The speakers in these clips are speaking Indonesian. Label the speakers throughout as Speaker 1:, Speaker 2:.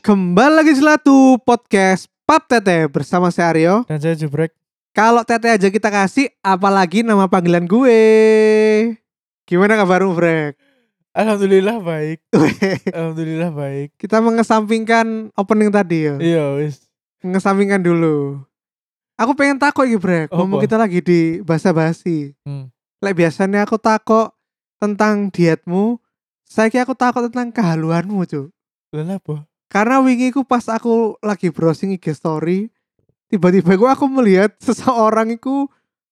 Speaker 1: Kembali lagi di Selatu Podcast Pap Tete bersama saya Aryo.
Speaker 2: Dan saya Jubrek.
Speaker 1: Kalau Tete aja kita kasih, apalagi nama panggilan gue. Gimana kabarmu, Brek?
Speaker 2: Alhamdulillah baik. Alhamdulillah baik.
Speaker 1: kita mengesampingkan opening tadi ya.
Speaker 2: Iya wis.
Speaker 1: Mengesampingkan dulu. Aku pengen takut iki, Brek.
Speaker 2: Apa?
Speaker 1: Ngomong kita lagi di basa-basi.
Speaker 2: Hmm.
Speaker 1: Lek biasanya aku takut tentang dietmu, saiki aku takut tentang kehaluanmu, Cuk.
Speaker 2: Lah apa?
Speaker 1: Karena wingi ku pas aku lagi browsing IG story, tiba-tiba ku aku melihat seseorang itu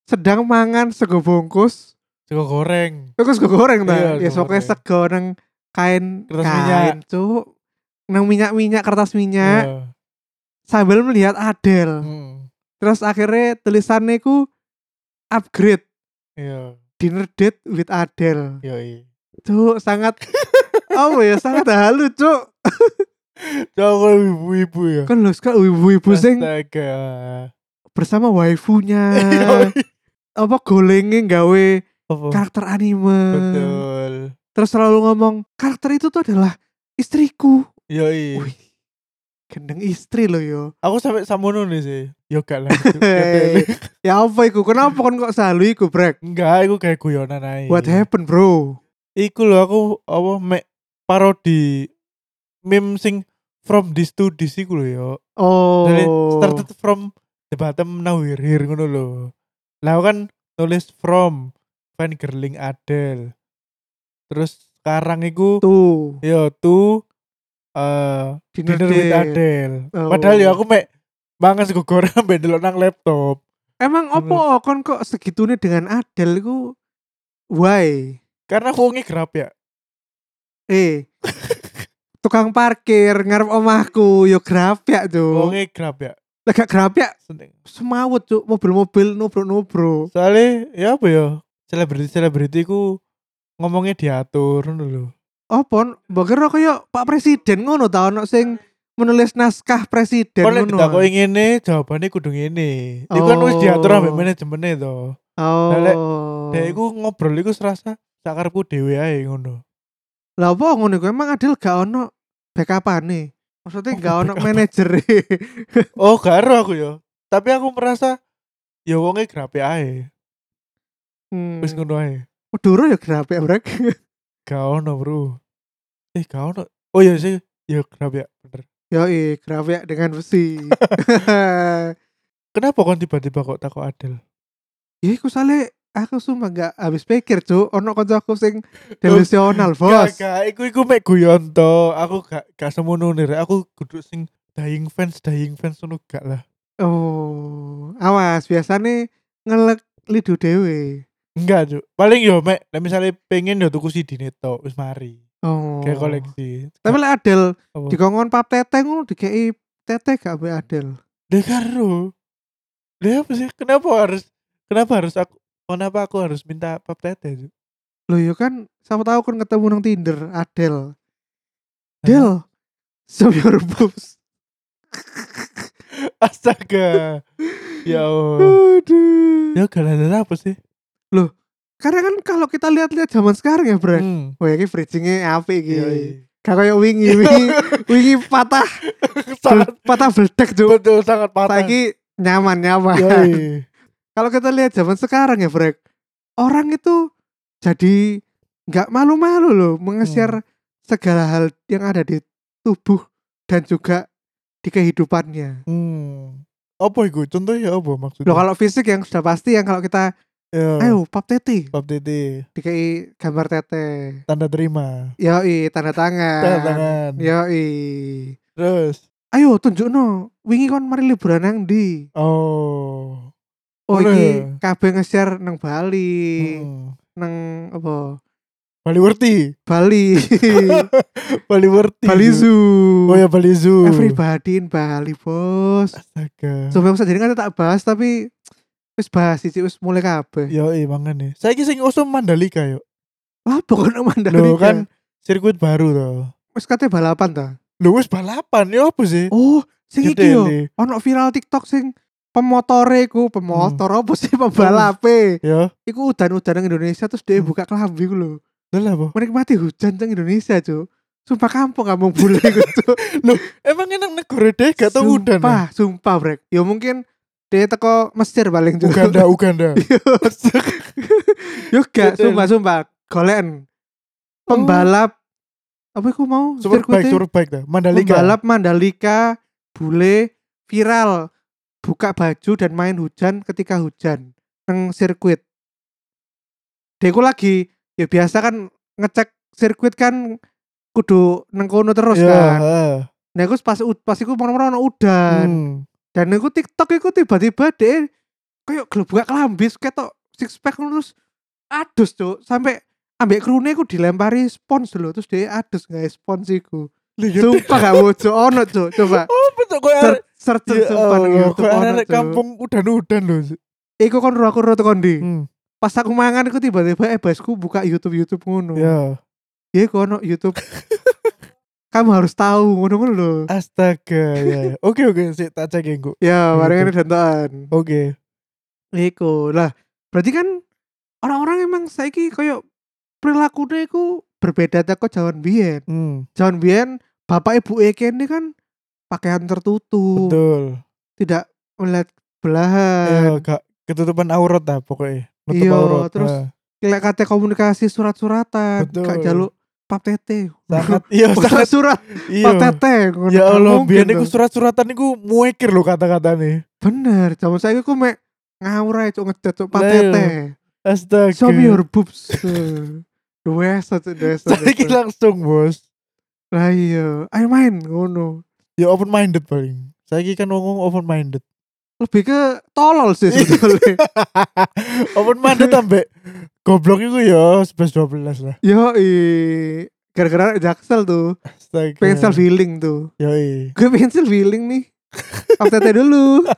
Speaker 1: sedang mangan sego bungkus.
Speaker 2: Sego goreng.
Speaker 1: Itu sego goreng ta.
Speaker 2: Iya,
Speaker 1: Ya
Speaker 2: sego
Speaker 1: pokoknya
Speaker 2: goreng.
Speaker 1: sego nang kain
Speaker 2: Kertas
Speaker 1: kain,
Speaker 2: minyak.
Speaker 1: Cuk. Nang minyak-minyak kertas minyak
Speaker 2: Iya.
Speaker 1: sambil melihat Adele.
Speaker 2: Hmm.
Speaker 1: Terus akhirnya tulisannya ku upgrade
Speaker 2: Iya.
Speaker 1: dinner date with Adele.
Speaker 2: Iya. iya.
Speaker 1: Cuk, sangat Oh ya sangat halu, Cuk.
Speaker 2: Jangan ibu-ibu ya.
Speaker 1: Kan lho sekarang ibu-ibu sing
Speaker 2: Astaga.
Speaker 1: bersama waifunya.
Speaker 2: Iya, iya.
Speaker 1: apa golengnya gawe
Speaker 2: Apa?
Speaker 1: karakter anime
Speaker 2: Oh. Betul.
Speaker 1: terus selalu ngomong karakter itu tuh adalah istriku
Speaker 2: Iya. iya.
Speaker 1: wih gendeng istri loh yo
Speaker 2: Aku sampai samono nih sih. Yo gak lah. iya,
Speaker 1: Hei, ya apa iku kenapa kon kok selalu iku brek
Speaker 2: Enggak, aku kayak guyonan aja.
Speaker 1: what happened bro
Speaker 2: Iku lho aku apa mek parodi meme sing from this to this iku lho yo.
Speaker 1: oh
Speaker 2: Dari started from the bottom now we're here ngono lho. Lah aku kan nulis from fan girling Adele. Terus sekarang iku
Speaker 1: tuh
Speaker 2: yo to eh
Speaker 1: dinner,
Speaker 2: dinner with
Speaker 1: date.
Speaker 2: Adele.
Speaker 1: Oh.
Speaker 2: Padahal ya aku mek mangan sego goreng ambek delok nang laptop.
Speaker 1: emang opo kon kok segitunya dengan Adele iku why
Speaker 2: Karena aku wonge grab ya.
Speaker 1: eh tukang parkir ngarep omahku yo grapyak tuh
Speaker 2: Wonge grab ya.
Speaker 1: gak grapyak
Speaker 2: Seneng.
Speaker 1: semawut tuh mobil-mobil nubruk-nubruk
Speaker 2: Soalnya ya apa ya? Selebriti-selebriti ku ngomongnya diatur ngono lho.
Speaker 1: Opon, Oh, mbok kira kaya Pak Presiden ngono ta ono sing menulis naskah presiden
Speaker 2: Kau lek
Speaker 1: ngono.
Speaker 2: ditakoki ngene, jawabane kudu ngene. Iku kan wis
Speaker 1: Oh.
Speaker 2: diatur ambek manajemennya to. lek
Speaker 1: Oh.
Speaker 2: Dek iku ngobrol iku serasa sak karepku dhewe ae ngono.
Speaker 1: Lah apa ngono iku emang Adil gak ono backupane. Maksudnya
Speaker 2: Apa
Speaker 1: gak ono
Speaker 2: backup-an?
Speaker 1: manajer.
Speaker 2: Oh, karo aku ya. Tapi aku merasa ya wonge grape ae.
Speaker 1: hmm.
Speaker 2: Wis ngono ae.
Speaker 1: Duro ya grape brek.
Speaker 2: Gak ono, Bro. Eh, gak ono. Oh iya sih, ya grape ya, bener.
Speaker 1: Yo i grape dengan besi.
Speaker 2: Kenapa kon tiba-tiba kok takut Adel?
Speaker 1: ya iku sale aku sumpah gak habis pikir cuk ono kancaku sing delusional
Speaker 2: Gak,
Speaker 1: bos.
Speaker 2: gak, iku iku mek guyon to. Aku gak gak semono nih, Rek. aku kudu sing dying fans, dying fans ngono gak lah.
Speaker 1: Oh, awas biasanya ngelek lidu dewe.
Speaker 2: Enggak, Cuk. Paling yo mek nek misale pengen yo tuku CD to, wis mari.
Speaker 1: Oh.
Speaker 2: Kayak Oh. koleksi.
Speaker 1: Tapi lek Adel
Speaker 2: Apa?
Speaker 1: dikongkon pap tete ngono dikei tete gak be Adel.
Speaker 2: Lah karo. Lah apa sih? Kenapa harus kenapa harus aku kenapa aku harus minta pap tete? Cuk?
Speaker 1: Loh yo kan sama tahu kan ketemu nang Tinder Adel.
Speaker 2: Eh.
Speaker 1: Del, show your boobs.
Speaker 2: Astaga. ya Allah.
Speaker 1: Aduh.
Speaker 2: Ya galanya apa sih?
Speaker 1: Karena kan kalau kita lihat-lihat zaman sekarang ya, Bro.
Speaker 2: Hmm.
Speaker 1: Wah, ini bridgingnya apik
Speaker 2: Iya,
Speaker 1: iki. Gak kayak wingi, wingi, wingi patah,
Speaker 2: iya. sangat
Speaker 1: patah beldek tuh.
Speaker 2: betul sangat patah.
Speaker 1: Saiki nyaman
Speaker 2: Iya,
Speaker 1: nyaman.
Speaker 2: iya.
Speaker 1: Kalau kita lihat zaman sekarang ya, Bro. Orang itu jadi nggak malu-malu loh meng-share
Speaker 2: Hmm.
Speaker 1: segala hal yang ada di tubuh dan juga di kehidupannya.
Speaker 2: Hmm. Apa iku? Contohnya apa maksudnya?
Speaker 1: Loh kalau fisik yang sudah pasti yang kalau kita
Speaker 2: Ya.
Speaker 1: ayo pap tete
Speaker 2: Pap tete
Speaker 1: dikai gambar tete.
Speaker 2: tanda terima.
Speaker 1: Yoi tanda tangan.
Speaker 2: Tanda tangan.
Speaker 1: Yoi.
Speaker 2: Terus
Speaker 1: Ayo tunjukno wingi kon mari liburan nang ndi?
Speaker 2: oh.
Speaker 1: Oh
Speaker 2: Boleh.
Speaker 1: iki kabeh nge-share nang Bali,
Speaker 2: Hmm.
Speaker 1: nang apa?
Speaker 2: Baliwerti.
Speaker 1: Bali.
Speaker 2: Baliwerti.
Speaker 1: Bali Zoo.
Speaker 2: Oh Ah. ya Bali Zoo.
Speaker 1: Everybody in Bali, Bos.
Speaker 2: Astaga.
Speaker 1: Coba aku jadi kan tak bahas tapi wis bahas sih wis mulai kabeh.
Speaker 2: Yo, iya mangan nih. Saya sing usum Mandalika yo.
Speaker 1: Lah pokoknya Mandalika.
Speaker 2: Loh kan sirkuit baru toh.
Speaker 1: wis katanya balapan ta.
Speaker 2: Lho wis balapan ya apa sih?
Speaker 1: Oh, sing
Speaker 2: Gede
Speaker 1: iki yo.
Speaker 2: nih.
Speaker 1: Ono viral TikTok sing pemotore ku, pemotor
Speaker 2: Hmm.
Speaker 1: apa sih pembalape.
Speaker 2: Yo,
Speaker 1: Iku udan-udan nang Indonesia terus dia
Speaker 2: Hmm.
Speaker 1: buka kelambi ku lho.
Speaker 2: lho lah apa?
Speaker 1: Menikmati hujan nang Indonesia, Cuk. Sumpah kampung kampung bule gitu.
Speaker 2: Emang enak negara deh gak tau udan. ya?
Speaker 1: Sumpah, sumpah brek. Ya mungkin dia teko Mesir paling juga.
Speaker 2: Uganda, Uganda.
Speaker 1: Iya, Yo gak,
Speaker 2: Betul.
Speaker 1: sumpah sumpah. Golen pembalap apa aku mau
Speaker 2: Superbike,
Speaker 1: sirkuitnya?
Speaker 2: superbike dah. Mandalika.
Speaker 1: pembalap Mandalika bule viral buka baju dan main hujan ketika hujan neng sirkuit. Deku lagi ya biasa kan ngecek sirkuit kan kudu neng kono terus
Speaker 2: Ya,
Speaker 1: kan.
Speaker 2: heeh.
Speaker 1: Nah, aku pas pas iku ono udan.
Speaker 2: Hmm.
Speaker 1: dan aku TikTok aku tiba-tiba deh kayak gelebak kelambis ketok six pack ngono terus adus cuk sampai ambek krune aku dilempari spons dulu terus dia adus nggak spons iku
Speaker 2: Lihat deh.
Speaker 1: sumpah gak wojo ono cuk coba
Speaker 2: Oh, betul kok
Speaker 1: search search
Speaker 2: Ya
Speaker 1: sumpah nang
Speaker 2: Allah,
Speaker 1: YouTube
Speaker 2: kok
Speaker 1: ono
Speaker 2: anak
Speaker 1: cuk.
Speaker 2: kampung udan-udan loh.
Speaker 1: iku kon ro aku ro tekan ndi.
Speaker 2: Hmm.
Speaker 1: pas aku mangan aku tiba-tiba eh basku buka YouTube YouTube ngono ya
Speaker 2: Ya.
Speaker 1: iku ono YouTube kamu harus tahu ngono-ngono lho
Speaker 2: Astaga, ya. ya. Oke, oke, sik tak cek ya, Nggo.
Speaker 1: ya bareng
Speaker 2: YouTube.
Speaker 1: ini dantaan
Speaker 2: Oke.
Speaker 1: Iku lah berarti kan orang-orang emang saiki koyo perilakunya iku berbeda teko jaman biyen.
Speaker 2: Hmm,
Speaker 1: Jaman biyen bapak ibu kene kan pakaian tertutup,
Speaker 2: betul.
Speaker 1: tidak melihat
Speaker 2: Ya,
Speaker 1: belahan.
Speaker 2: gak ketutupan aurat lah pokoknya. Nutup
Speaker 1: Iya,
Speaker 2: aurat.
Speaker 1: terus
Speaker 2: Nah,
Speaker 1: Lek kate komunikasi surat-suratan,
Speaker 2: Betul.
Speaker 1: gak jaluk pap tete.
Speaker 2: sangat iya, sangat
Speaker 1: surat
Speaker 2: iya.
Speaker 1: pap tete ngono
Speaker 2: Ya
Speaker 1: gak
Speaker 2: Allah,
Speaker 1: mungkin
Speaker 2: biar niku
Speaker 1: dong.
Speaker 2: surat-suratan niku muekir loh kata-katanya.
Speaker 1: bener. Jaman saiki ku mek ngawur ae cuk ngedet cuk pap
Speaker 2: Lah, iya.
Speaker 1: tete.
Speaker 2: Astaga.
Speaker 1: Show me your boobs. Dua satu, dua
Speaker 2: Saiki langsung, Bos.
Speaker 1: Lah iya, ayo main ngono.
Speaker 2: Ya open minded paling. Saiki kan ngomong open minded.
Speaker 1: Lebih ke tolol sih sebetulnya.
Speaker 2: open minded sampe goblok iku ya 11 12 lah.
Speaker 1: Yo gara-gara jaksel tuh,
Speaker 2: Astaga.
Speaker 1: pengen self healing tuh.
Speaker 2: Yoi.
Speaker 1: Gue pengen self healing nih. Update dulu.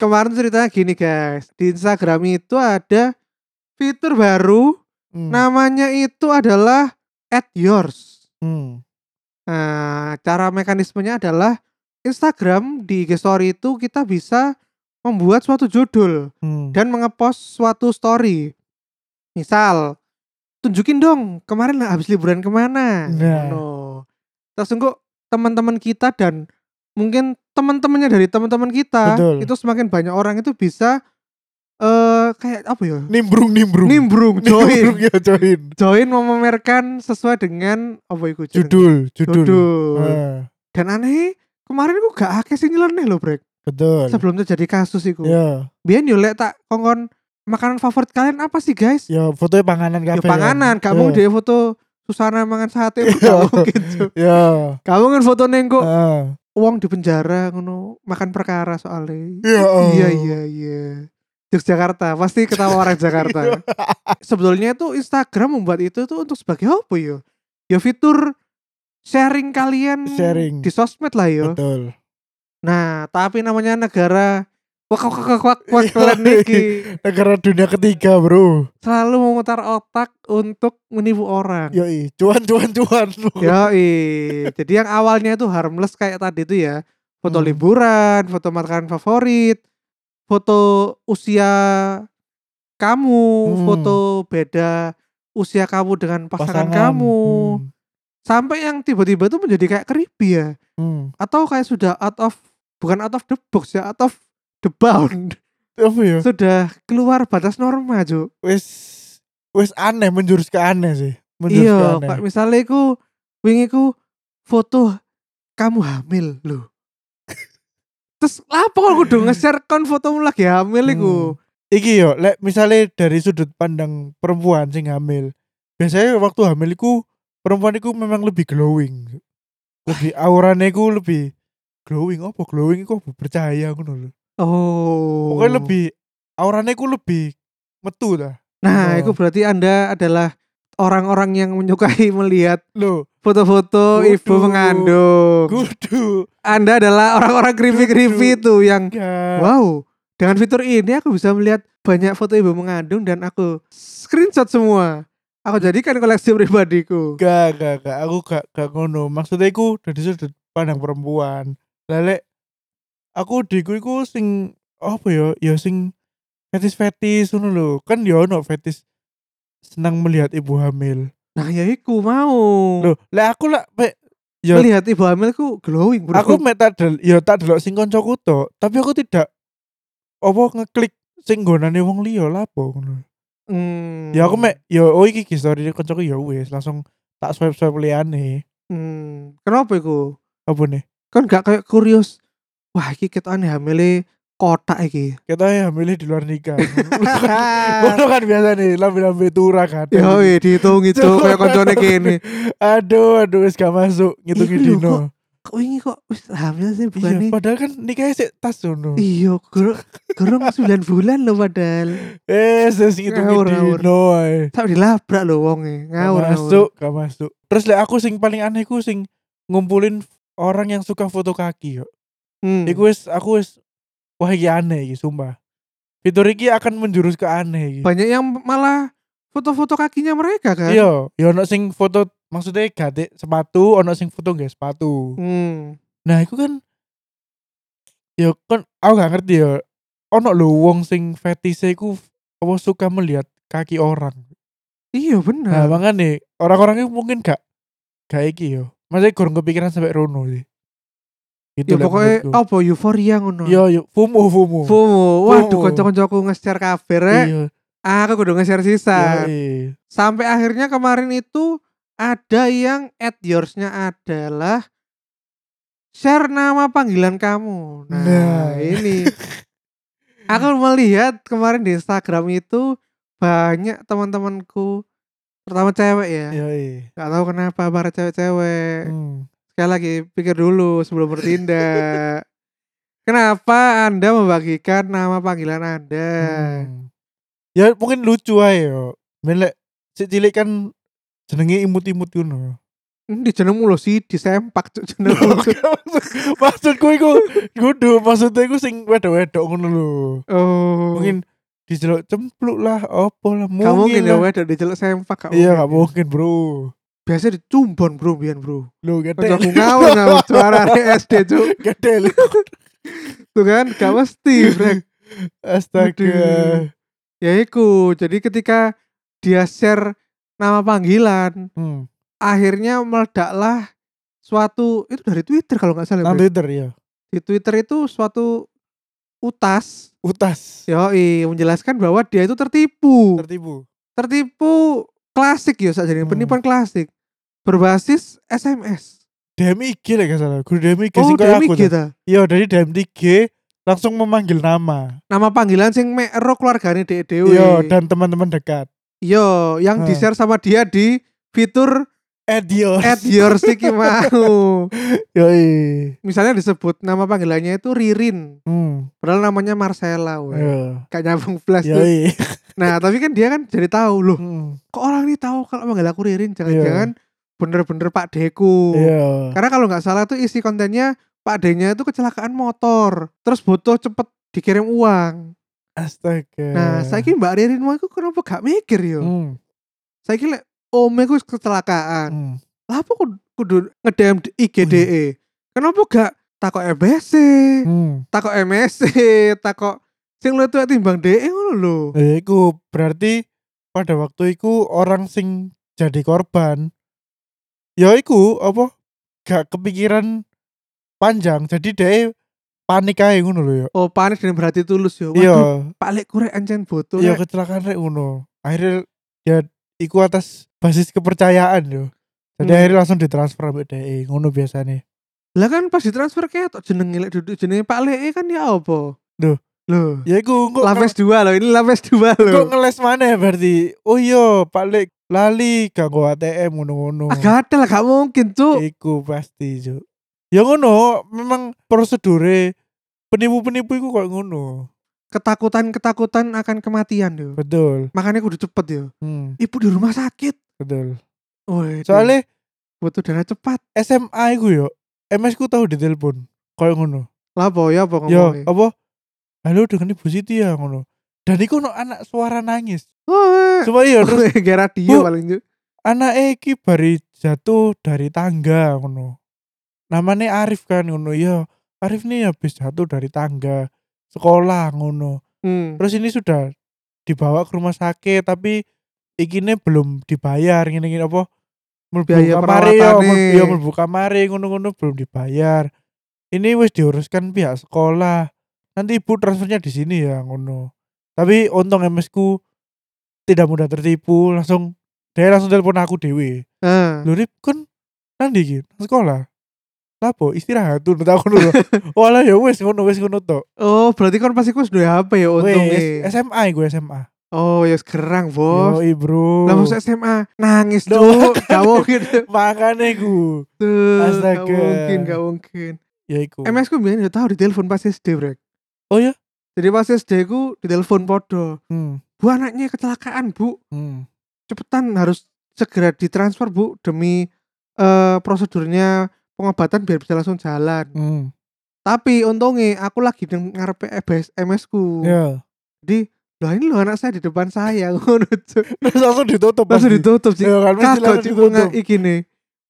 Speaker 1: Kemarin ceritanya gini guys, di Instagram itu ada fitur baru,
Speaker 2: Hmm.
Speaker 1: namanya itu adalah add yours.
Speaker 2: Hmm.
Speaker 1: Nah, cara mekanismenya adalah Instagram di IG Story itu kita bisa membuat suatu judul.
Speaker 2: Hmm.
Speaker 1: dan mengepost suatu story. Misal, tunjukin dong kemarin habis liburan kemana.
Speaker 2: Nah.
Speaker 1: Ngono. Terus engko teman-teman kita dan mungkin teman-temannya dari teman-teman kita
Speaker 2: Betul.
Speaker 1: itu semakin banyak orang itu bisa eh kayak apa ya?
Speaker 2: Nimbrung-nimbrung.
Speaker 1: Nimbrung, join.
Speaker 2: Nimbrung ya join.
Speaker 1: Join memamerkan sesuai dengan apa iku Jen?
Speaker 2: Judul, judul.
Speaker 1: Judul.
Speaker 2: Ah,
Speaker 1: Dan aneh, kemarin aku gak akeh sing nyeleneh loh, Brek.
Speaker 2: betul.
Speaker 1: Sebelum terjadi kasus iku.
Speaker 2: Ya,
Speaker 1: Biyen yo lek tak kongkon makanan favorit kalian apa sih, guys?
Speaker 2: ya fotonya panganan
Speaker 1: ya
Speaker 2: kabeh. kan?
Speaker 1: panganan
Speaker 2: Ya.
Speaker 1: kamu gitu. dia foto Susana mangan sate gak mungkin Cuk.
Speaker 2: Ya.
Speaker 1: kamu kan foto nengko
Speaker 2: Ah.
Speaker 1: uang di penjara ngono makan perkara soalnya
Speaker 2: Ya. Allah.
Speaker 1: iya iya iya Yogyakarta pasti ketawa orang Jakarta sebetulnya itu Instagram membuat itu tuh untuk sebagai apa yo ya fitur sharing kalian
Speaker 2: Sharing.
Speaker 1: di sosmed lah yo
Speaker 2: Betul.
Speaker 1: nah tapi namanya negara wak wak wak wak wak kalian niki
Speaker 2: Negara dunia ketiga, Bro.
Speaker 1: selalu memutar otak untuk menipu orang
Speaker 2: Yoi, cuan cuan cuan.
Speaker 1: Ya, Yoi. Jadi yang awalnya itu harmless kayak tadi itu ya. Foto
Speaker 2: Hmm.
Speaker 1: liburan, foto makanan favorit, foto usia kamu,
Speaker 2: Hmm.
Speaker 1: foto beda usia kamu dengan pasangan, kamu. Sampai yang tiba-tiba itu menjadi kayak creepy ya.
Speaker 2: Hmm.
Speaker 1: Atau kayak sudah out of bukan out of the box ya, out of the bound.
Speaker 2: Hmm. Apa ya?
Speaker 1: sudah keluar batas norma, Cuk.
Speaker 2: Wis wis aneh menjurus ke aneh sih. Menjurus ke
Speaker 1: Iya,
Speaker 2: aneh.
Speaker 1: Pak. Misalnya ku wingi ku foto kamu hamil lho. Terus apa kok kudu nge-share kon fotomu lagi hamil iku?
Speaker 2: Iki yo, lek misalnya dari sudut pandang perempuan sing hamil, biasanya waktu hamil iku perempuan iku memang lebih glowing. Lebih aurane iku lebih glowing apa glowing iku apa? bercahaya ngono lho.
Speaker 1: Oh.
Speaker 2: Pokoknya lebih aurane iku lebih metu lah.
Speaker 1: Nah,
Speaker 2: Oh.
Speaker 1: itu berarti Anda adalah orang-orang yang menyukai melihat
Speaker 2: Lho,
Speaker 1: foto-foto
Speaker 2: Waduh.
Speaker 1: ibu mengandung.
Speaker 2: kudu.
Speaker 1: Anda adalah orang-orang creepy-creepy
Speaker 2: Waduh.
Speaker 1: itu yang
Speaker 2: Enggak.
Speaker 1: wow. Dengan fitur ini aku bisa melihat banyak foto ibu mengandung dan aku screenshot semua. Aku jadikan koleksi pribadiku.
Speaker 2: Gak, gak, gak. Aku gak, gak ngono. Maksudnya aku dari sudut pandang perempuan. Lele, aku diku iku sing apa ya? Ya sing fetis-fetis ngono lho. Kan ya ono fetis senang melihat ibu hamil.
Speaker 1: Nah, ya iku mau.
Speaker 2: Loh, lek aku lek mek- ya-
Speaker 1: Melihat ibu hamil ku glowing, bro.
Speaker 2: aku mek tak del ya tak delok sing kancaku tok, tapi aku tidak apa ngeklik sing nggonane wong liya lapo ngono.
Speaker 1: Hmm.
Speaker 2: Ya aku mek ya oh iki ki story kancaku ya wis langsung tak swipe-swipe liyane.
Speaker 1: Hmm. Kenapa iku?
Speaker 2: Apa nih?
Speaker 1: Kan gak kayak kurios. Wah, iki ketokane hamile kotak iki.
Speaker 2: Kita ya milih di luar nikah. Ngono kan biasa nih, lambe-lambe turah kan.
Speaker 1: Ya weh dihitung itu kayak koncone kene.
Speaker 2: Aduh, aduh wis gak masuk ngitungi
Speaker 1: Iya, lho,
Speaker 2: dino.
Speaker 1: kok- Kok wingi kok wis hamil sih
Speaker 2: Iya,
Speaker 1: bukan
Speaker 2: padahal kan nikahnya sik tas ngono.
Speaker 1: Iya, gerung gerung 9 bulan loh padahal.
Speaker 2: Eh, wis ngitungi
Speaker 1: Ngawur, ngawur.
Speaker 2: dino. ae.
Speaker 1: Tak dilabrak loh wonge.
Speaker 2: Gak
Speaker 1: Ngawur ngawur.
Speaker 2: masuk, gak masuk. Terus lek aku sing paling aneh ku sing ngumpulin orang yang suka foto kaki yo.
Speaker 1: Hmm.
Speaker 2: Iku wis aku wis wah iki aneh iki sumpah. Fitur iki akan menjurus ke aneh iki.
Speaker 1: banyak yang malah foto-foto kakinya mereka kan.
Speaker 2: Iya, ya ono sing foto maksudnya gate sepatu, ono sing foto nggak sepatu.
Speaker 1: Hmm.
Speaker 2: Nah, iku kan ya kan aku gak ngerti ya. Ono lho wong sing fetise iku apa suka melihat kaki orang.
Speaker 1: Iya
Speaker 2: Nah,
Speaker 1: benar.
Speaker 2: makanya orang-orang itu mungkin gak gak iki yo. Maksudnya kurang kepikiran sampai rono sih.
Speaker 1: ya
Speaker 2: Gitu lah
Speaker 1: pokoknya
Speaker 2: menurutku. Iya,
Speaker 1: apa euforia ngono.
Speaker 2: yo yo FOMO FOMO.
Speaker 1: FOMO. Waduh
Speaker 2: FOMO.
Speaker 1: kanca-kancaku nge-share kabar eh.
Speaker 2: Iya.
Speaker 1: Aku kudu nge-share sisa.
Speaker 2: yoi.
Speaker 1: Sampai akhirnya kemarin itu ada yang at yours-nya adalah share nama panggilan kamu. Nah,
Speaker 2: Nah.
Speaker 1: ini. Aku melihat kemarin di Instagram itu banyak teman-temanku terutama cewek ya.
Speaker 2: Yoi.
Speaker 1: Gak tahu kenapa para cewek-cewek.
Speaker 2: Hmm.
Speaker 1: Sekali lagi pikir dulu sebelum bertindak. Kenapa Anda membagikan nama panggilan Anda?
Speaker 2: Hmm. Ya mungkin lucu aja yo. Melek si cilik kan jenenge imut-imut ngono.
Speaker 1: Ini jenengmu loh sih disempak cuk jenengmu. Cuk.
Speaker 2: Maksudku iku kudu maksudnya iku sing wedok-wedok ngono lho.
Speaker 1: Oh.
Speaker 2: Mungkin dijeluk cempluk lah, opo lah,
Speaker 1: kamu mungkin
Speaker 2: mungkin.
Speaker 1: ya
Speaker 2: lah.
Speaker 1: wedok diceluk sempak gak
Speaker 2: Iya,
Speaker 1: mungkin.
Speaker 2: gak mungkin, Bro.
Speaker 1: Biasa dicumbon bro biyen bro.
Speaker 2: Lu gede.
Speaker 1: Kancaku ngawur ngawur suara SD cuk.
Speaker 2: Gede lu.
Speaker 1: Tuh kan gak mesti, Brek. Aduh.
Speaker 2: Astaga.
Speaker 1: Ya iku. Jadi ketika dia share nama panggilan,
Speaker 2: Hmm.
Speaker 1: akhirnya meledaklah suatu itu dari Twitter kalau nggak salah.
Speaker 2: Nang
Speaker 1: Bro.
Speaker 2: Twitter ya.
Speaker 1: Di Twitter itu suatu utas
Speaker 2: Utas.
Speaker 1: yoi menjelaskan bahwa dia itu tertipu.
Speaker 2: Tertipu.
Speaker 1: Tertipu klasik ya saat jadi
Speaker 2: Hmm.
Speaker 1: penipuan klasik berbasis SMS.
Speaker 2: DM IG lah gak salah. Guru DM IG
Speaker 1: oh,
Speaker 2: sing kayak
Speaker 1: dari
Speaker 2: aku. tuh.
Speaker 1: kita.
Speaker 2: Iya, dari DM IG langsung memanggil nama.
Speaker 1: Nama panggilan sing mek ero keluargane dhek dhewe.
Speaker 2: Iya, dan teman-teman dekat.
Speaker 1: Yo, yang
Speaker 2: Ah.
Speaker 1: di-share sama dia di fitur
Speaker 2: Adios.
Speaker 1: add your sticky mau.
Speaker 2: Yoi.
Speaker 1: Misalnya disebut nama panggilannya itu Ririn,
Speaker 2: Hmm.
Speaker 1: padahal namanya Marcella. weh.
Speaker 2: Iya.
Speaker 1: kayak nyambung plus tuh.
Speaker 2: Yoi.
Speaker 1: Nah, tapi kan dia kan jadi tahu loh.
Speaker 2: Hmm.
Speaker 1: Kok orang ini tahu kalau manggil aku Ririn jangan-jangan bener-bener Pak Deku.
Speaker 2: Iya.
Speaker 1: Karena kalau nggak salah tuh isi kontennya Pak D-nya itu kecelakaan motor, terus butuh cepet dikirim uang.
Speaker 2: Astaga.
Speaker 1: Nah, saya Mbak Ririn mau aku kenapa gak mikir yo?
Speaker 2: Iya. Hmm.
Speaker 1: Saya kira Om aku kecelakaan.
Speaker 2: Hmm. Oh,
Speaker 1: Lah
Speaker 2: iya.
Speaker 1: apa kudu, kudu ngedem IGDE? E? Kenapa gak takok MBC,
Speaker 2: Hmm.
Speaker 1: takok MSC, takok sing lu tuh timbang DE ngono lho.
Speaker 2: Ya, iku berarti pada waktu itu orang sing jadi korban. Ya iku apa gak kepikiran panjang. Jadi dia panik aja ngono lho ya.
Speaker 1: Oh panik dan berarti tulus yo.
Speaker 2: Iya,
Speaker 1: Waduh, Pak Lek kurek ancen botol.
Speaker 2: iya
Speaker 1: Iya.
Speaker 2: kecelakaan rek ngono. Akhirnya ya iku atas basis kepercayaan yo. Jadi
Speaker 1: Hmm.
Speaker 2: akhirnya langsung ditransfer ambek DE ngono biasanya.
Speaker 1: Lah kan pas ditransfer ketok jenenge lek duduk jenenge Pak Lek kan ya apa?
Speaker 2: Duh.
Speaker 1: Loh.
Speaker 2: Ya iku kok
Speaker 1: Lapis dua loh, ini lapis dua
Speaker 2: kok
Speaker 1: loh.
Speaker 2: ngeles mana berarti. Oh iya, Pak Lek lali gak nggo ATM ngono-ngono.
Speaker 1: Agak ada Ah, lah, gak mungkin tuh.
Speaker 2: Iku pasti cuk. Ya ngono, memang prosedure penipu-penipu iku kok ngono.
Speaker 1: Ketakutan-ketakutan akan kematian yo.
Speaker 2: Betul.
Speaker 1: Makanya kudu cepet yo.
Speaker 2: Hmm,
Speaker 1: Ibu di rumah sakit.
Speaker 2: betul.
Speaker 1: Woi.
Speaker 2: Soalnya
Speaker 1: butuh dana cepat.
Speaker 2: SMA iku yo, MS ku tau ditelepon. Kayak ngono.
Speaker 1: Lah apa ya apa
Speaker 2: Yo, oh.
Speaker 1: ngomongnya?
Speaker 2: apa? Halo dengan Ibu Siti ya ngono. Dan iku ono anak suara nangis.
Speaker 1: Wah.
Speaker 2: Coba iya terus
Speaker 1: Weh, Gara dia
Speaker 2: Bu.
Speaker 1: paling ju-
Speaker 2: anake iki bari jatuh dari tangga ngono. Namanya Arif kan ngono ya. Arif nih habis jatuh dari tangga sekolah ngono.
Speaker 1: Hmm.
Speaker 2: Terus ini sudah dibawa ke rumah sakit tapi ikine belum dibayar ngene-ngene apa ya, mlebu
Speaker 1: Biaya
Speaker 2: kamare yo
Speaker 1: perawatane.
Speaker 2: mlebu- yo mlebu kamare ngono-ngono belum dibayar. Ini wis diuruskan pihak sekolah. Nanti ibu transfernya di sini ya ngono. Tapi untung MS ku tidak mudah tertipu, langsung dia langsung telepon aku dewe.
Speaker 1: Heeh.
Speaker 2: Lho Rip kan nanti iki nang sekolah. Lapo istirahat tuh tak ngono lho. Walah ya wis ngono wis ngono tok.
Speaker 1: Oh, berarti kon pasti kuwi duwe HP ya
Speaker 2: Wis
Speaker 1: untungnya.
Speaker 2: SMA gue SMA.
Speaker 1: Oh, ya gerang, Bos.
Speaker 2: Yoi bro.
Speaker 1: Lah masuk SMA nangis
Speaker 2: Loh,
Speaker 1: tuh, gak mungkin.
Speaker 2: Makane ku.
Speaker 1: Tuh,
Speaker 2: Astaga.
Speaker 1: Gak mungkin, gak mungkin.
Speaker 2: Ya iku.
Speaker 1: MS ku biyen ya tau ditelepon pas SD, Brek.
Speaker 2: Oh ya?
Speaker 1: Jadi pas SD ku ditelepon podo.
Speaker 2: Hmm.
Speaker 1: Bu anaknya kecelakaan, Bu.
Speaker 2: Hmm.
Speaker 1: Cepetan harus segera ditransfer, Bu, demi eh, prosedurnya pengobatan biar bisa langsung jalan.
Speaker 2: Hmm.
Speaker 1: Tapi untungnya aku lagi nang ngarepe E EBS MS ku.
Speaker 2: Ya.
Speaker 1: Jadi, loh ini loh anak saya di depan saya ngono Cuk.
Speaker 2: Terus langsung ditutup.
Speaker 1: langsung
Speaker 2: pasti.
Speaker 1: ditutup sih
Speaker 2: Ya kan mesti
Speaker 1: kagak
Speaker 2: langsung
Speaker 1: cipunga
Speaker 2: ditutup.
Speaker 1: iki nih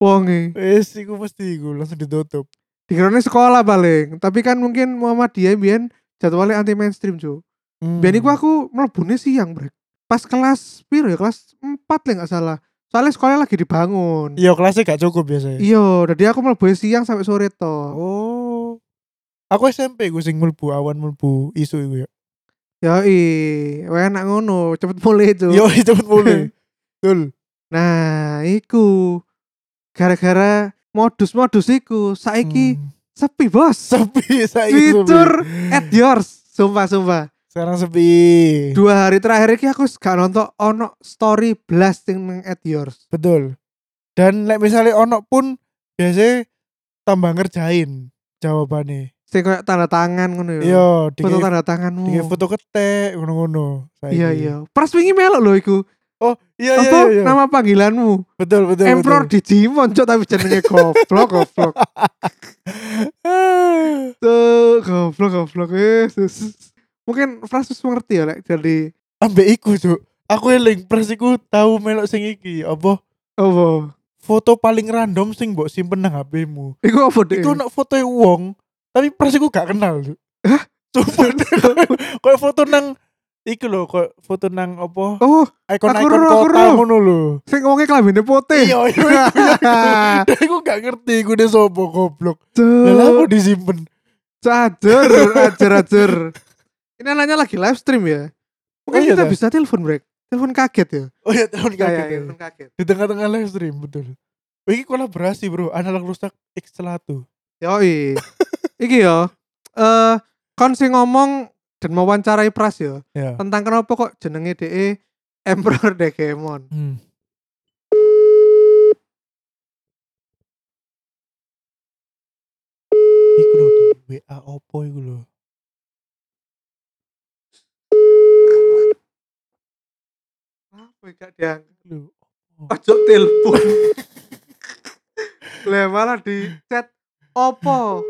Speaker 1: wonge
Speaker 2: Wis iku mesti iku langsung ditutup.
Speaker 1: dikiranya sekolah paling tapi kan mungkin Muhammadiyah biyen jadwalnya anti mainstream cuy
Speaker 2: Hmm.
Speaker 1: biyen iku aku melebunnya siang brek pas kelas piro ya kelas 4 lah nggak salah soalnya sekolahnya lagi dibangun
Speaker 2: Iya kelasnya gak cukup biasanya.
Speaker 1: iyo jadi aku melebu siang sampai sore to
Speaker 2: Oh. Aku SMP gue sing mulbu awan mulbu isu iku ya.
Speaker 1: ya i enak ngono cepet mulai itu
Speaker 2: Yo cepet mulai. Betul.
Speaker 1: nah iku gara-gara modus-modus iku saiki
Speaker 2: Hmm.
Speaker 1: sepi bos
Speaker 2: sepi saiki sepi.
Speaker 1: Twitter at yours sumpah sumpah
Speaker 2: Sekarang sepi.
Speaker 1: dua hari terakhir ini aku gak nonton ono story blasting neng at yours
Speaker 2: Betul. Dan like misalnya ono pun biasanya tambah ngerjain jawabannya.
Speaker 1: sing kayak tanda tangan ngono ya
Speaker 2: Yo,
Speaker 1: foto
Speaker 2: dikei-
Speaker 1: tanda tanganmu
Speaker 2: dikei Iya, foto ketek ngono-ngono. saiki.
Speaker 1: iya iya pas wingi melok lho iku
Speaker 2: Oh, iya iya
Speaker 1: apa
Speaker 2: iya. iya.
Speaker 1: nama panggilanmu
Speaker 2: Betul betul.
Speaker 1: Emperor Digimon cok tapi jenenge goblok goblok
Speaker 2: betul.
Speaker 1: tuh goblok goblok eh sus. mungkin Frasus mengerti ya lek jadi
Speaker 2: Ambek iku, Cuk. Aku eling pres iku tahu melok sing iki apa
Speaker 1: apa
Speaker 2: foto paling random sing mbok simpen nang HP-mu.
Speaker 1: iku apa deh
Speaker 2: Iku ono foto e wong, tapi pres iku gak kenal, Cuk.
Speaker 1: Hah?
Speaker 2: Sumpah. Kayak foto nang iku lho, kayak foto nang apa?
Speaker 1: oh
Speaker 2: Ikon-ikon
Speaker 1: Aku Eh. ro, aku
Speaker 2: kota
Speaker 1: ro.
Speaker 2: ngono lho.
Speaker 1: sing ngomongnya kelambine putih
Speaker 2: Iya, iya, iya, iya. Dan Aku gak ngerti iku de sopo goblok.
Speaker 1: Tuh.
Speaker 2: Lah aku disimpen.
Speaker 1: Cader, ajar ajar. Ini anaknya lagi live stream ya. Mungkin
Speaker 2: Oh iya,
Speaker 1: kita
Speaker 2: dah.
Speaker 1: bisa telepon break. Telepon kaget ya.
Speaker 2: Oh ya, tahun
Speaker 1: Kayak
Speaker 2: kaget.
Speaker 1: telepon kaget.
Speaker 2: di tengah-tengah live stream betul Oh, ini kolaborasi bro analog rusak X100
Speaker 1: Yoi. Iki ya. Eh, kon sing ngomong dan mewawancarai Pras ya
Speaker 2: ya
Speaker 1: tentang kenapa kok jenenge DE Emperor Degemon.
Speaker 2: hmm. Iku lho di WA opo iku lho
Speaker 1: Apa gak diangkat?
Speaker 2: Lho, opo?
Speaker 1: Ojo telepon. Lah malah di chat opo?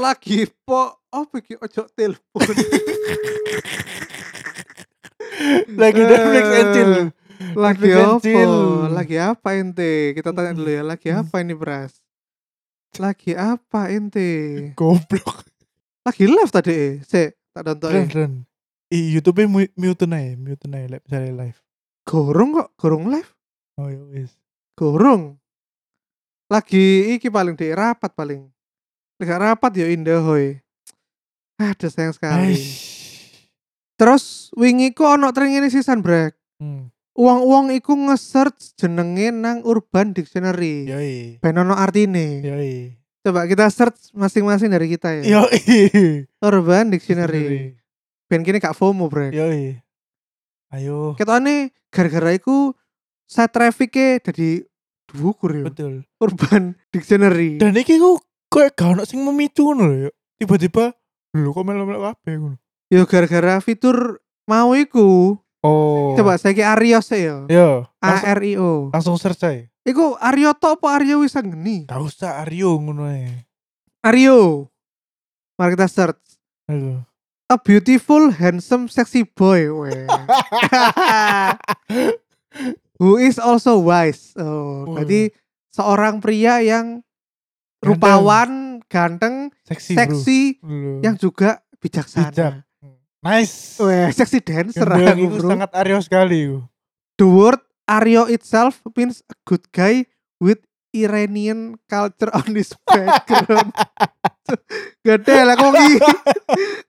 Speaker 1: Lagi po opo iki ojo telepon.
Speaker 2: lagi Netflix
Speaker 1: Eh,
Speaker 2: and chill
Speaker 1: lagi
Speaker 2: Netflix and
Speaker 1: apa?
Speaker 2: chill.
Speaker 1: Lagi apa ente? Kita tanya dulu ya, lagi apa ini Pras? Lagi apa ente?
Speaker 2: goblok
Speaker 1: Lagi live tadi eh. Sik, tak
Speaker 2: keren
Speaker 1: nonton.
Speaker 2: keren I, YouTube-nya Eh, mu- mute aja mute aja like, misalnya live
Speaker 1: Gorong kok, gorong live?
Speaker 2: oh ya wis
Speaker 1: Gorong. Lagi iki paling di rapat paling. Lagi rapat ya Indahoy. Ada sayang sekali.
Speaker 2: Aish.
Speaker 1: Terus wingi ku ono tren ini sisan brek.
Speaker 2: hmm.
Speaker 1: Uang-uang iku nge-search jenenge nang Urban Dictionary.
Speaker 2: yoi
Speaker 1: Ben ono artine.
Speaker 2: yoi
Speaker 1: Coba kita search masing-masing dari kita ya.
Speaker 2: yoi
Speaker 1: Urban Dictionary. Ya. Ben kini gak FOMO, Brek.
Speaker 2: yoi ayo
Speaker 1: Ketone gara-gara iku set traffic-e dadi dhuwur ya.
Speaker 2: betul
Speaker 1: Urban Dictionary.
Speaker 2: dan iki ku kayak gak ono sing memicu ngono lho yuk. tiba-tiba lho kok melok-melok kabeh ngono
Speaker 1: Yo gara-gara fitur mau iku.
Speaker 2: oh
Speaker 1: Coba saiki Arios ya.
Speaker 2: yo
Speaker 1: A
Speaker 2: langsung,
Speaker 1: R I O.
Speaker 2: langsung search ae
Speaker 1: Iku Aryo to apa Aryo wisan geni?
Speaker 2: gak usah Aryo ngono ae
Speaker 1: Aryo. Mari kita search.
Speaker 2: Aduh.
Speaker 1: A beautiful, handsome, sexy boy. Weh. Who is also wise. Oh,
Speaker 2: Oh.
Speaker 1: berarti seorang pria yang
Speaker 2: Ganteng.
Speaker 1: rupawan, ganteng,
Speaker 2: seksi bro
Speaker 1: seksi,
Speaker 2: Lho.
Speaker 1: yang juga bijaksana.
Speaker 2: Bijak. Nice.
Speaker 1: Weh, seksi dancer
Speaker 2: Gendeng
Speaker 1: aku,
Speaker 2: itu
Speaker 1: bro.
Speaker 2: sangat Aryo sekali. iku.
Speaker 1: The word Aryo itself means a good guy with Iranian culture on his background. Gede lah, aku wong I-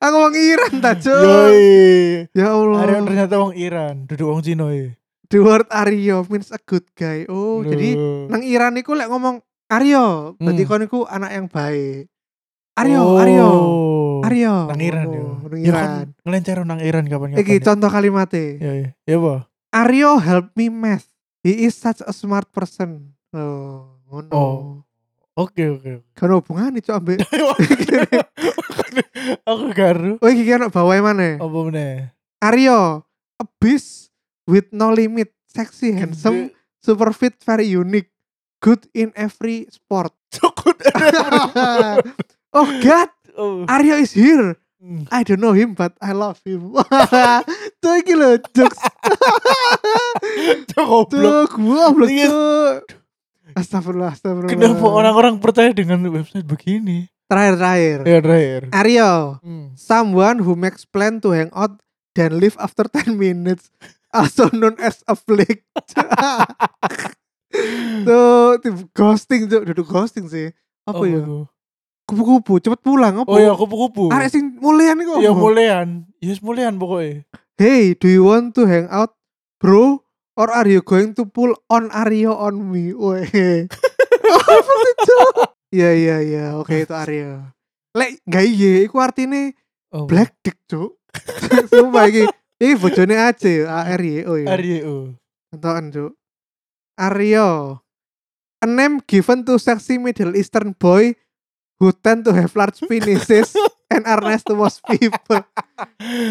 Speaker 1: aku wong Iran ta, Cuk.
Speaker 2: Yoi.
Speaker 1: Ya
Speaker 2: Aryo
Speaker 1: Allah.
Speaker 2: ternyata wong Iran, duduk wong Cina ya.
Speaker 1: The word Aryo means a good guy. Oh, jadi
Speaker 2: Loh.
Speaker 1: nang Iran iku lek ngomong Aryo, berarti
Speaker 2: Hmm.
Speaker 1: kon iku anak yang baik. Aryo,
Speaker 2: Oh.
Speaker 1: Aryo, Aryo.
Speaker 2: Nang Iran
Speaker 1: ngono,
Speaker 2: ya.
Speaker 1: Nang
Speaker 2: Ya kan
Speaker 1: Iran.
Speaker 2: ngelencer nang Iran kapan-kapan.
Speaker 1: Iki
Speaker 2: ya.
Speaker 1: contoh kalimatnya.
Speaker 2: Ya, ya. Ya, apa?
Speaker 1: Aryo help me math. He is such a smart person. Oh, ngono.
Speaker 2: Oh. Oke, oke.
Speaker 1: Kan hubungan itu ambek.
Speaker 2: Aku garu.
Speaker 1: Oh, iki kan bawae mana?
Speaker 2: Apa meneh?
Speaker 1: Aryo, a beast with no limit, sexy, handsome, super fit, very unique, good in every sport.
Speaker 2: Cukup.
Speaker 1: oh God,
Speaker 2: Oh.
Speaker 1: Aryo is here.
Speaker 2: Hmm.
Speaker 1: I don't know him but I love him. Tuh iki lho jokes.
Speaker 2: Cuk, goblok.
Speaker 1: Tuh gua belum
Speaker 2: Iya.
Speaker 1: tuh. Astagfirullah, astagfirullah.
Speaker 2: Kenapa orang-orang percaya dengan website begini?
Speaker 1: terakhir terakhir?
Speaker 2: Ya, terakhir.
Speaker 1: Aryo,
Speaker 2: Hmm.
Speaker 1: someone who makes plan to hang out then leave after 10 minutes also known as a flick. tuh tipe ghosting tuh, duduk ghosting sih. Apa ya?
Speaker 2: iku?
Speaker 1: Kupu-kupu, cepet pulang apa?
Speaker 2: Oh ya kupu-kupu.
Speaker 1: Arek sing mulian iku.
Speaker 2: Ya
Speaker 1: apa?
Speaker 2: mulian. Yes mulian pokoknya.
Speaker 1: Hey, do you want to hang out, bro? Or are you going to pull on Aryo on me? Weh. Apa sih, Cuk? Iya, iya, iya. Oke, itu Aryo. Lek, gak iya. Iku artinya
Speaker 2: Oh.
Speaker 1: black dick, Cuk. Sumpah, ini. Ini bojone aja ya. A-R-Y-O ya.
Speaker 2: RYO.
Speaker 1: Entokan, Cuk. Aryo. A name given to sexy Middle Eastern boy who tend to have large penises and are nice to most people.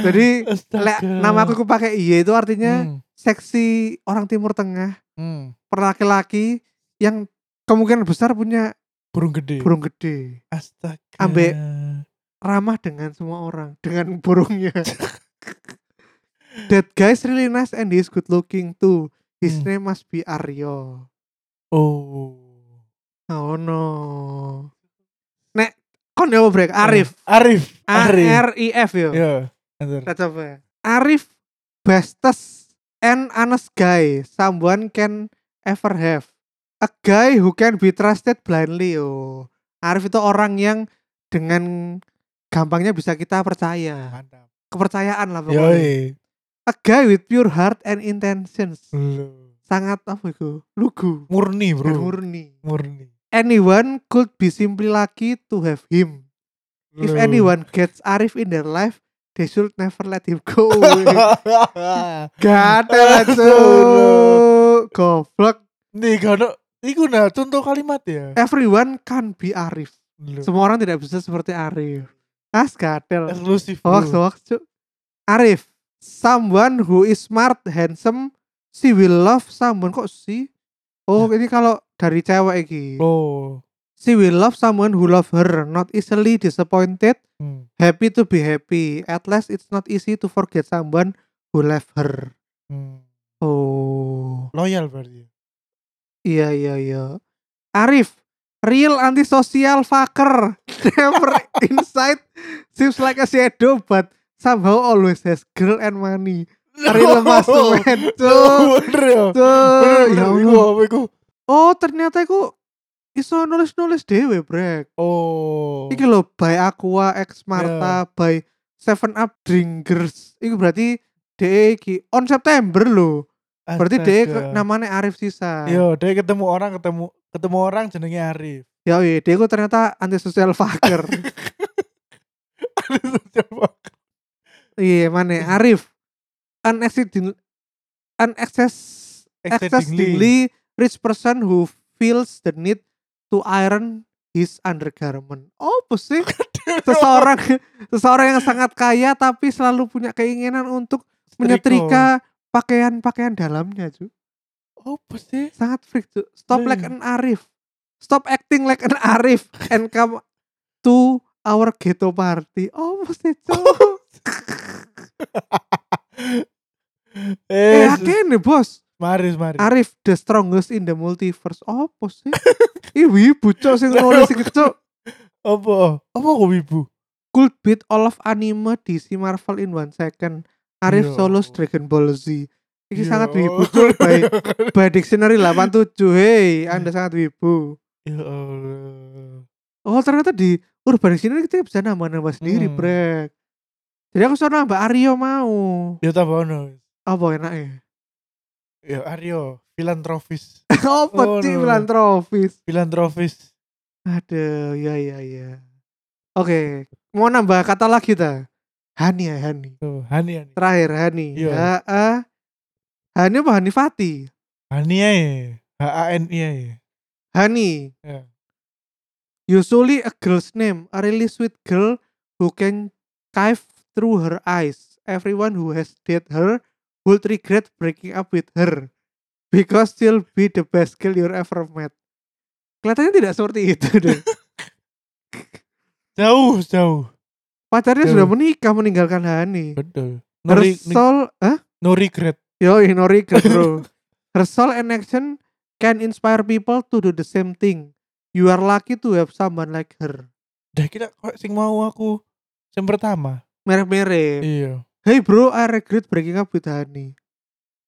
Speaker 1: Jadi, Lek nama aku pakai iye itu artinya
Speaker 2: Hmm.
Speaker 1: seksi orang timur tengah
Speaker 2: Hmm.
Speaker 1: perlaki-laki yang kemungkinan besar punya
Speaker 2: Burung gede.
Speaker 1: burung gede
Speaker 2: Astaga.
Speaker 1: Ambek. ramah dengan semua orang dengan burungnya that guy's really nice and he's good looking too his
Speaker 2: Hmm.
Speaker 1: name must be Aryo
Speaker 2: Oh.
Speaker 1: oh no nek kon ya break Arif Ah,
Speaker 2: Arif.
Speaker 1: A
Speaker 2: Eh, Arif.
Speaker 1: R I F yo
Speaker 2: Ya. Bentar.
Speaker 1: Kita coba. Arif bestest and honest guy someone can ever have. A guy who can be trusted blindly. Oh. Arif itu orang yang dengan gampangnya bisa kita percaya.
Speaker 2: Mantap.
Speaker 1: Kepercayaan lah pokoknya.
Speaker 2: Yoi.
Speaker 1: A guy with pure heart and intentions.
Speaker 2: Lu.
Speaker 1: Sangat apa itu? Lugu.
Speaker 2: Murni
Speaker 1: Dan
Speaker 2: Hmm. bro.
Speaker 1: murni.
Speaker 2: Murni.
Speaker 1: Anyone could be simply lucky to have him. If
Speaker 2: Lu.
Speaker 1: anyone gets Arif in their life, they should never let him go away. Gak ada Cuk. Goblok
Speaker 2: Nih gak Iku nah contoh kalimat ya.
Speaker 1: Everyone can be Arif
Speaker 2: Lu.
Speaker 1: Semua orang tidak bisa seperti Arif As gatel
Speaker 2: Eksklusif.
Speaker 1: Hoax
Speaker 2: bro.
Speaker 1: hoax Cuk. Arif Someone who is smart, handsome She will love someone Kok si? Oh ini kalau dari cewek ini
Speaker 2: Oh.
Speaker 1: She will love someone who love her Not easily disappointed
Speaker 2: Hmm.
Speaker 1: Happy to be happy At least it's not easy to forget someone Who left her
Speaker 2: Hmm.
Speaker 1: Oh
Speaker 2: Loyal berarti. ya.
Speaker 1: Iya iya iya. Arif, real antisosial fucker. Never inside seems like a shadow but somehow always has girl and money. Ari lemas tuh, men. Cuk.
Speaker 2: Bener ya. Bener,
Speaker 1: Tuh, ya
Speaker 2: bener. Iku
Speaker 1: Allah.
Speaker 2: apa iku?
Speaker 1: Oh, ternyata aku iso nulis-nulis dewe, Brek.
Speaker 2: Oh. Ya.
Speaker 1: Iki lho by Aqua X Marta by Seven Up Drinkers. Iku berarti DE iki on September lho. Berarti DE
Speaker 2: Astaga. Iya.
Speaker 1: ke- namanya Arif sisa.
Speaker 2: Yo, dia ketemu orang ketemu ketemu orang jenenge Arif.
Speaker 1: Ya iya, DE ku ternyata antisosial fucker. Iya mana Arif unexceedingly unexcess exceedingly rich person who feels the need to iron his undergarment. Oh, apa sih? seseorang seseorang yang sangat kaya tapi selalu punya keinginan untuk oh. menyetrika pakaian-pakaian dalamnya, Ju.
Speaker 2: Apa sih?
Speaker 1: Sangat freak, Ju. Stop like an Arif. Stop acting like an Arif and come to our ghetto party. Oh, apa sih, Ju? eh,
Speaker 2: Eh, sus-
Speaker 1: akeh nih, Bos.
Speaker 2: Maris, Maris.
Speaker 1: Arif the strongest in the multiverse. Apa sih? Iwi bucok sing nulis iki cuk.
Speaker 2: Apa? Apa kok wibu?
Speaker 1: Could beat all of anime DC Marvel in one second. Arif
Speaker 2: Yo.
Speaker 1: Solos Dragon Ball Z. Ini
Speaker 2: Yo.
Speaker 1: sangat wibu Cuk, by, by dictionary 87. Hey, Anda
Speaker 2: Hmm.
Speaker 1: sangat wibu.
Speaker 2: Ya Allah.
Speaker 1: Oh, ternyata di Urban Dictionary kita bisa nambah-nambah sendiri,
Speaker 2: Hmm.
Speaker 1: Brek. Jadi aku suruh nambah Aryo mau.
Speaker 2: Ya tambah ono.
Speaker 1: Apa enak ya?
Speaker 2: Ya Aryo, filantrofis.
Speaker 1: Apa
Speaker 2: Oh,
Speaker 1: sih
Speaker 2: no.
Speaker 1: filantrofis?
Speaker 2: Filantrofis.
Speaker 1: Aduh, ya ya ya. Oke, mau nambah kata lagi ta? Hani ya Hani.
Speaker 2: Tuh, Hani Hani.
Speaker 1: Terakhir Hani.
Speaker 2: Iya.
Speaker 1: Ya, ah. Hani apa Hani Fati?
Speaker 2: Hani ya. H A N I ya.
Speaker 1: Hani.
Speaker 2: Ya.
Speaker 1: Usually a girl's name, a really sweet girl who can dive through her eyes. Everyone who has dated her would regret breaking up with her because she'll be the best girl you've ever met. Kelihatannya tidak seperti itu deh.
Speaker 2: Jauh, jauh.
Speaker 1: Pacarnya
Speaker 2: Betul.
Speaker 1: sudah menikah meninggalkan Hani.
Speaker 2: Betul. No,
Speaker 1: Her
Speaker 2: re-
Speaker 1: soul, Hah?
Speaker 2: no regret.
Speaker 1: Yo, no regret, bro. Her soul and action can inspire people to do the same thing. You are lucky to have someone like her.
Speaker 2: Dah kira kok sing mau aku yang pertama.
Speaker 1: Merek-merek.
Speaker 2: Iya.
Speaker 1: Hey bro, I regret breaking up with Hani.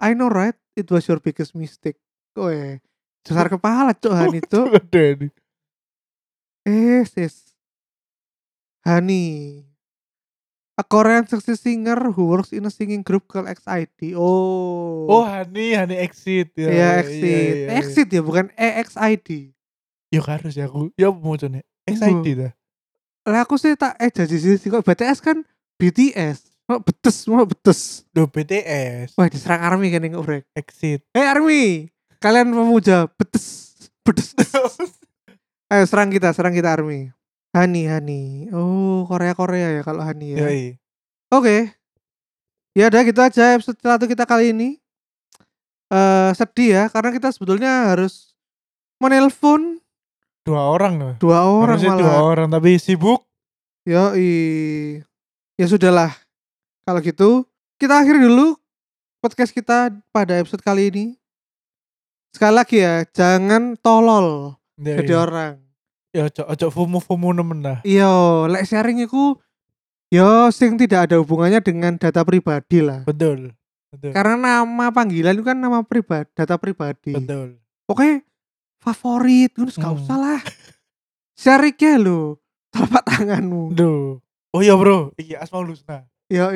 Speaker 1: I know right, it was your biggest mistake. Koe, besar kepala cok Hani cok.
Speaker 2: Ada ini.
Speaker 1: Eh, sis. Hani. A Korean sexy singer who works in a singing group called XID. Oh.
Speaker 2: Oh, Hani, Hani exit ya.
Speaker 1: ya, exit. Exit ya, bukan EXID.
Speaker 2: Ya harus ya aku. Ya mau coba Exit dah.
Speaker 1: Lah aku sih tak eh jadi sih sih. kok BTS kan BTS. Mau betes, mau betes.
Speaker 2: Do BTS.
Speaker 1: Wah, diserang ARMY kan yang Hey
Speaker 2: Exit.
Speaker 1: Eh ARMY, kalian pemuja, betes. Betes. Ayo serang kita, serang kita ARMY. Hani, Hani. Oh, Korea-Korea ya kalau Hani ya.
Speaker 2: Ya. iya.
Speaker 1: Oke. Ya udah gitu aja episode satu kita kali ini. eh sedih ya karena kita sebetulnya harus menelpon
Speaker 2: Dua orang loh.
Speaker 1: dua orang
Speaker 2: Harusnya
Speaker 1: malah.
Speaker 2: dua orang tapi sibuk.
Speaker 1: Yo, ya sudahlah. Kalau gitu, kita akhiri dulu podcast kita pada episode kali ini. Sekali lagi ya, jangan tolol
Speaker 2: Ya,
Speaker 1: jadi
Speaker 2: iya.
Speaker 1: orang.
Speaker 2: Ya ojo ojo fumu-fumu nemen lah.
Speaker 1: Yo, like sharing itu yo sing tidak ada hubungannya dengan data pribadi lah.
Speaker 2: Betul. Betul.
Speaker 1: Karena nama panggilan itu kan nama pribadi, data pribadi.
Speaker 2: Betul.
Speaker 1: Pokoknya favorit, itu gak
Speaker 2: Hmm.
Speaker 1: usah lah. Share ya lo, telapak tanganmu.
Speaker 2: Duh. Oh iya bro, iki Asmaul Husna.
Speaker 1: Yo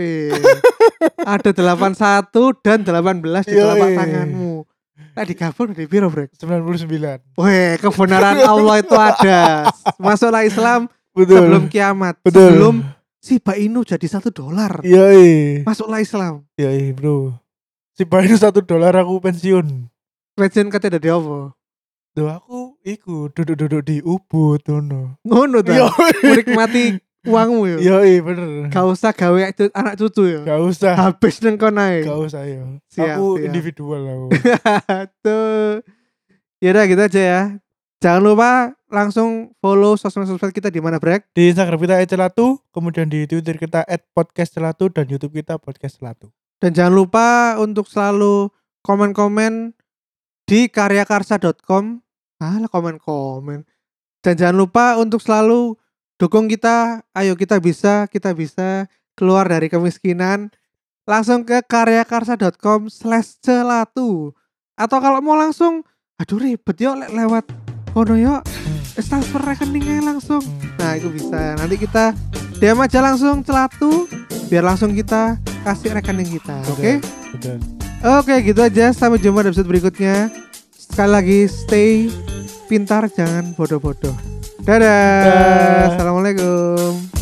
Speaker 1: Ada 81 dan 18 di telapak
Speaker 2: Yoi.
Speaker 1: tanganmu. Tadi digabung dari piro, Brek?
Speaker 2: 99.
Speaker 1: Weh, kebenaran Allah itu ada. Masuklah Islam
Speaker 2: Betul.
Speaker 1: sebelum kiamat.
Speaker 2: Betul.
Speaker 1: Sebelum si Bainu jadi satu dolar.
Speaker 2: Iya. iya.
Speaker 1: Masuklah Islam.
Speaker 2: Ya iya bro Si Bayu satu dolar aku pensiun
Speaker 1: Legend katanya dari apa?
Speaker 2: Tuh aku iku duduk-duduk di Ubud Tuno
Speaker 1: Ngono ta. Menikmati uangmu yo.
Speaker 2: Iya iya bener
Speaker 1: Gak usah gawe cu- anak cucu ya.
Speaker 2: Gak usah
Speaker 1: Habis neng konai.
Speaker 2: Gak usah ya
Speaker 1: Iya. Siap,
Speaker 2: Aku
Speaker 1: siap.
Speaker 2: individual aku
Speaker 1: Tuh. Ya udah gitu aja ya. Jangan lupa langsung follow sosmed-sosmed kita di mana Brek.
Speaker 2: Di Instagram kita @celatu Kemudian di Twitter kita @podcastcelatu Dan Youtube kita podcastcelatu
Speaker 1: Dan jangan lupa untuk selalu komen-komen di karyakarsa.com. Alah Ah, komen-komen. Dan jangan lupa untuk selalu dukung kita. Ayo kita bisa, kita bisa keluar dari kemiskinan. Langsung ke karyakarsa.com slash celatu. Atau kalau mau langsung, aduh ribet yuk le- lewat kono yuk. Eh, Transfer rekeningnya langsung. Nah itu bisa Nanti kita DM aja langsung celatu Biar langsung kita kasih rekening kita Oke
Speaker 2: Betul
Speaker 1: Oke gitu aja Sampai jumpa di episode berikutnya Sekali lagi stay pintar Jangan bodoh-bodoh Dadah
Speaker 2: Dah.
Speaker 1: Assalamualaikum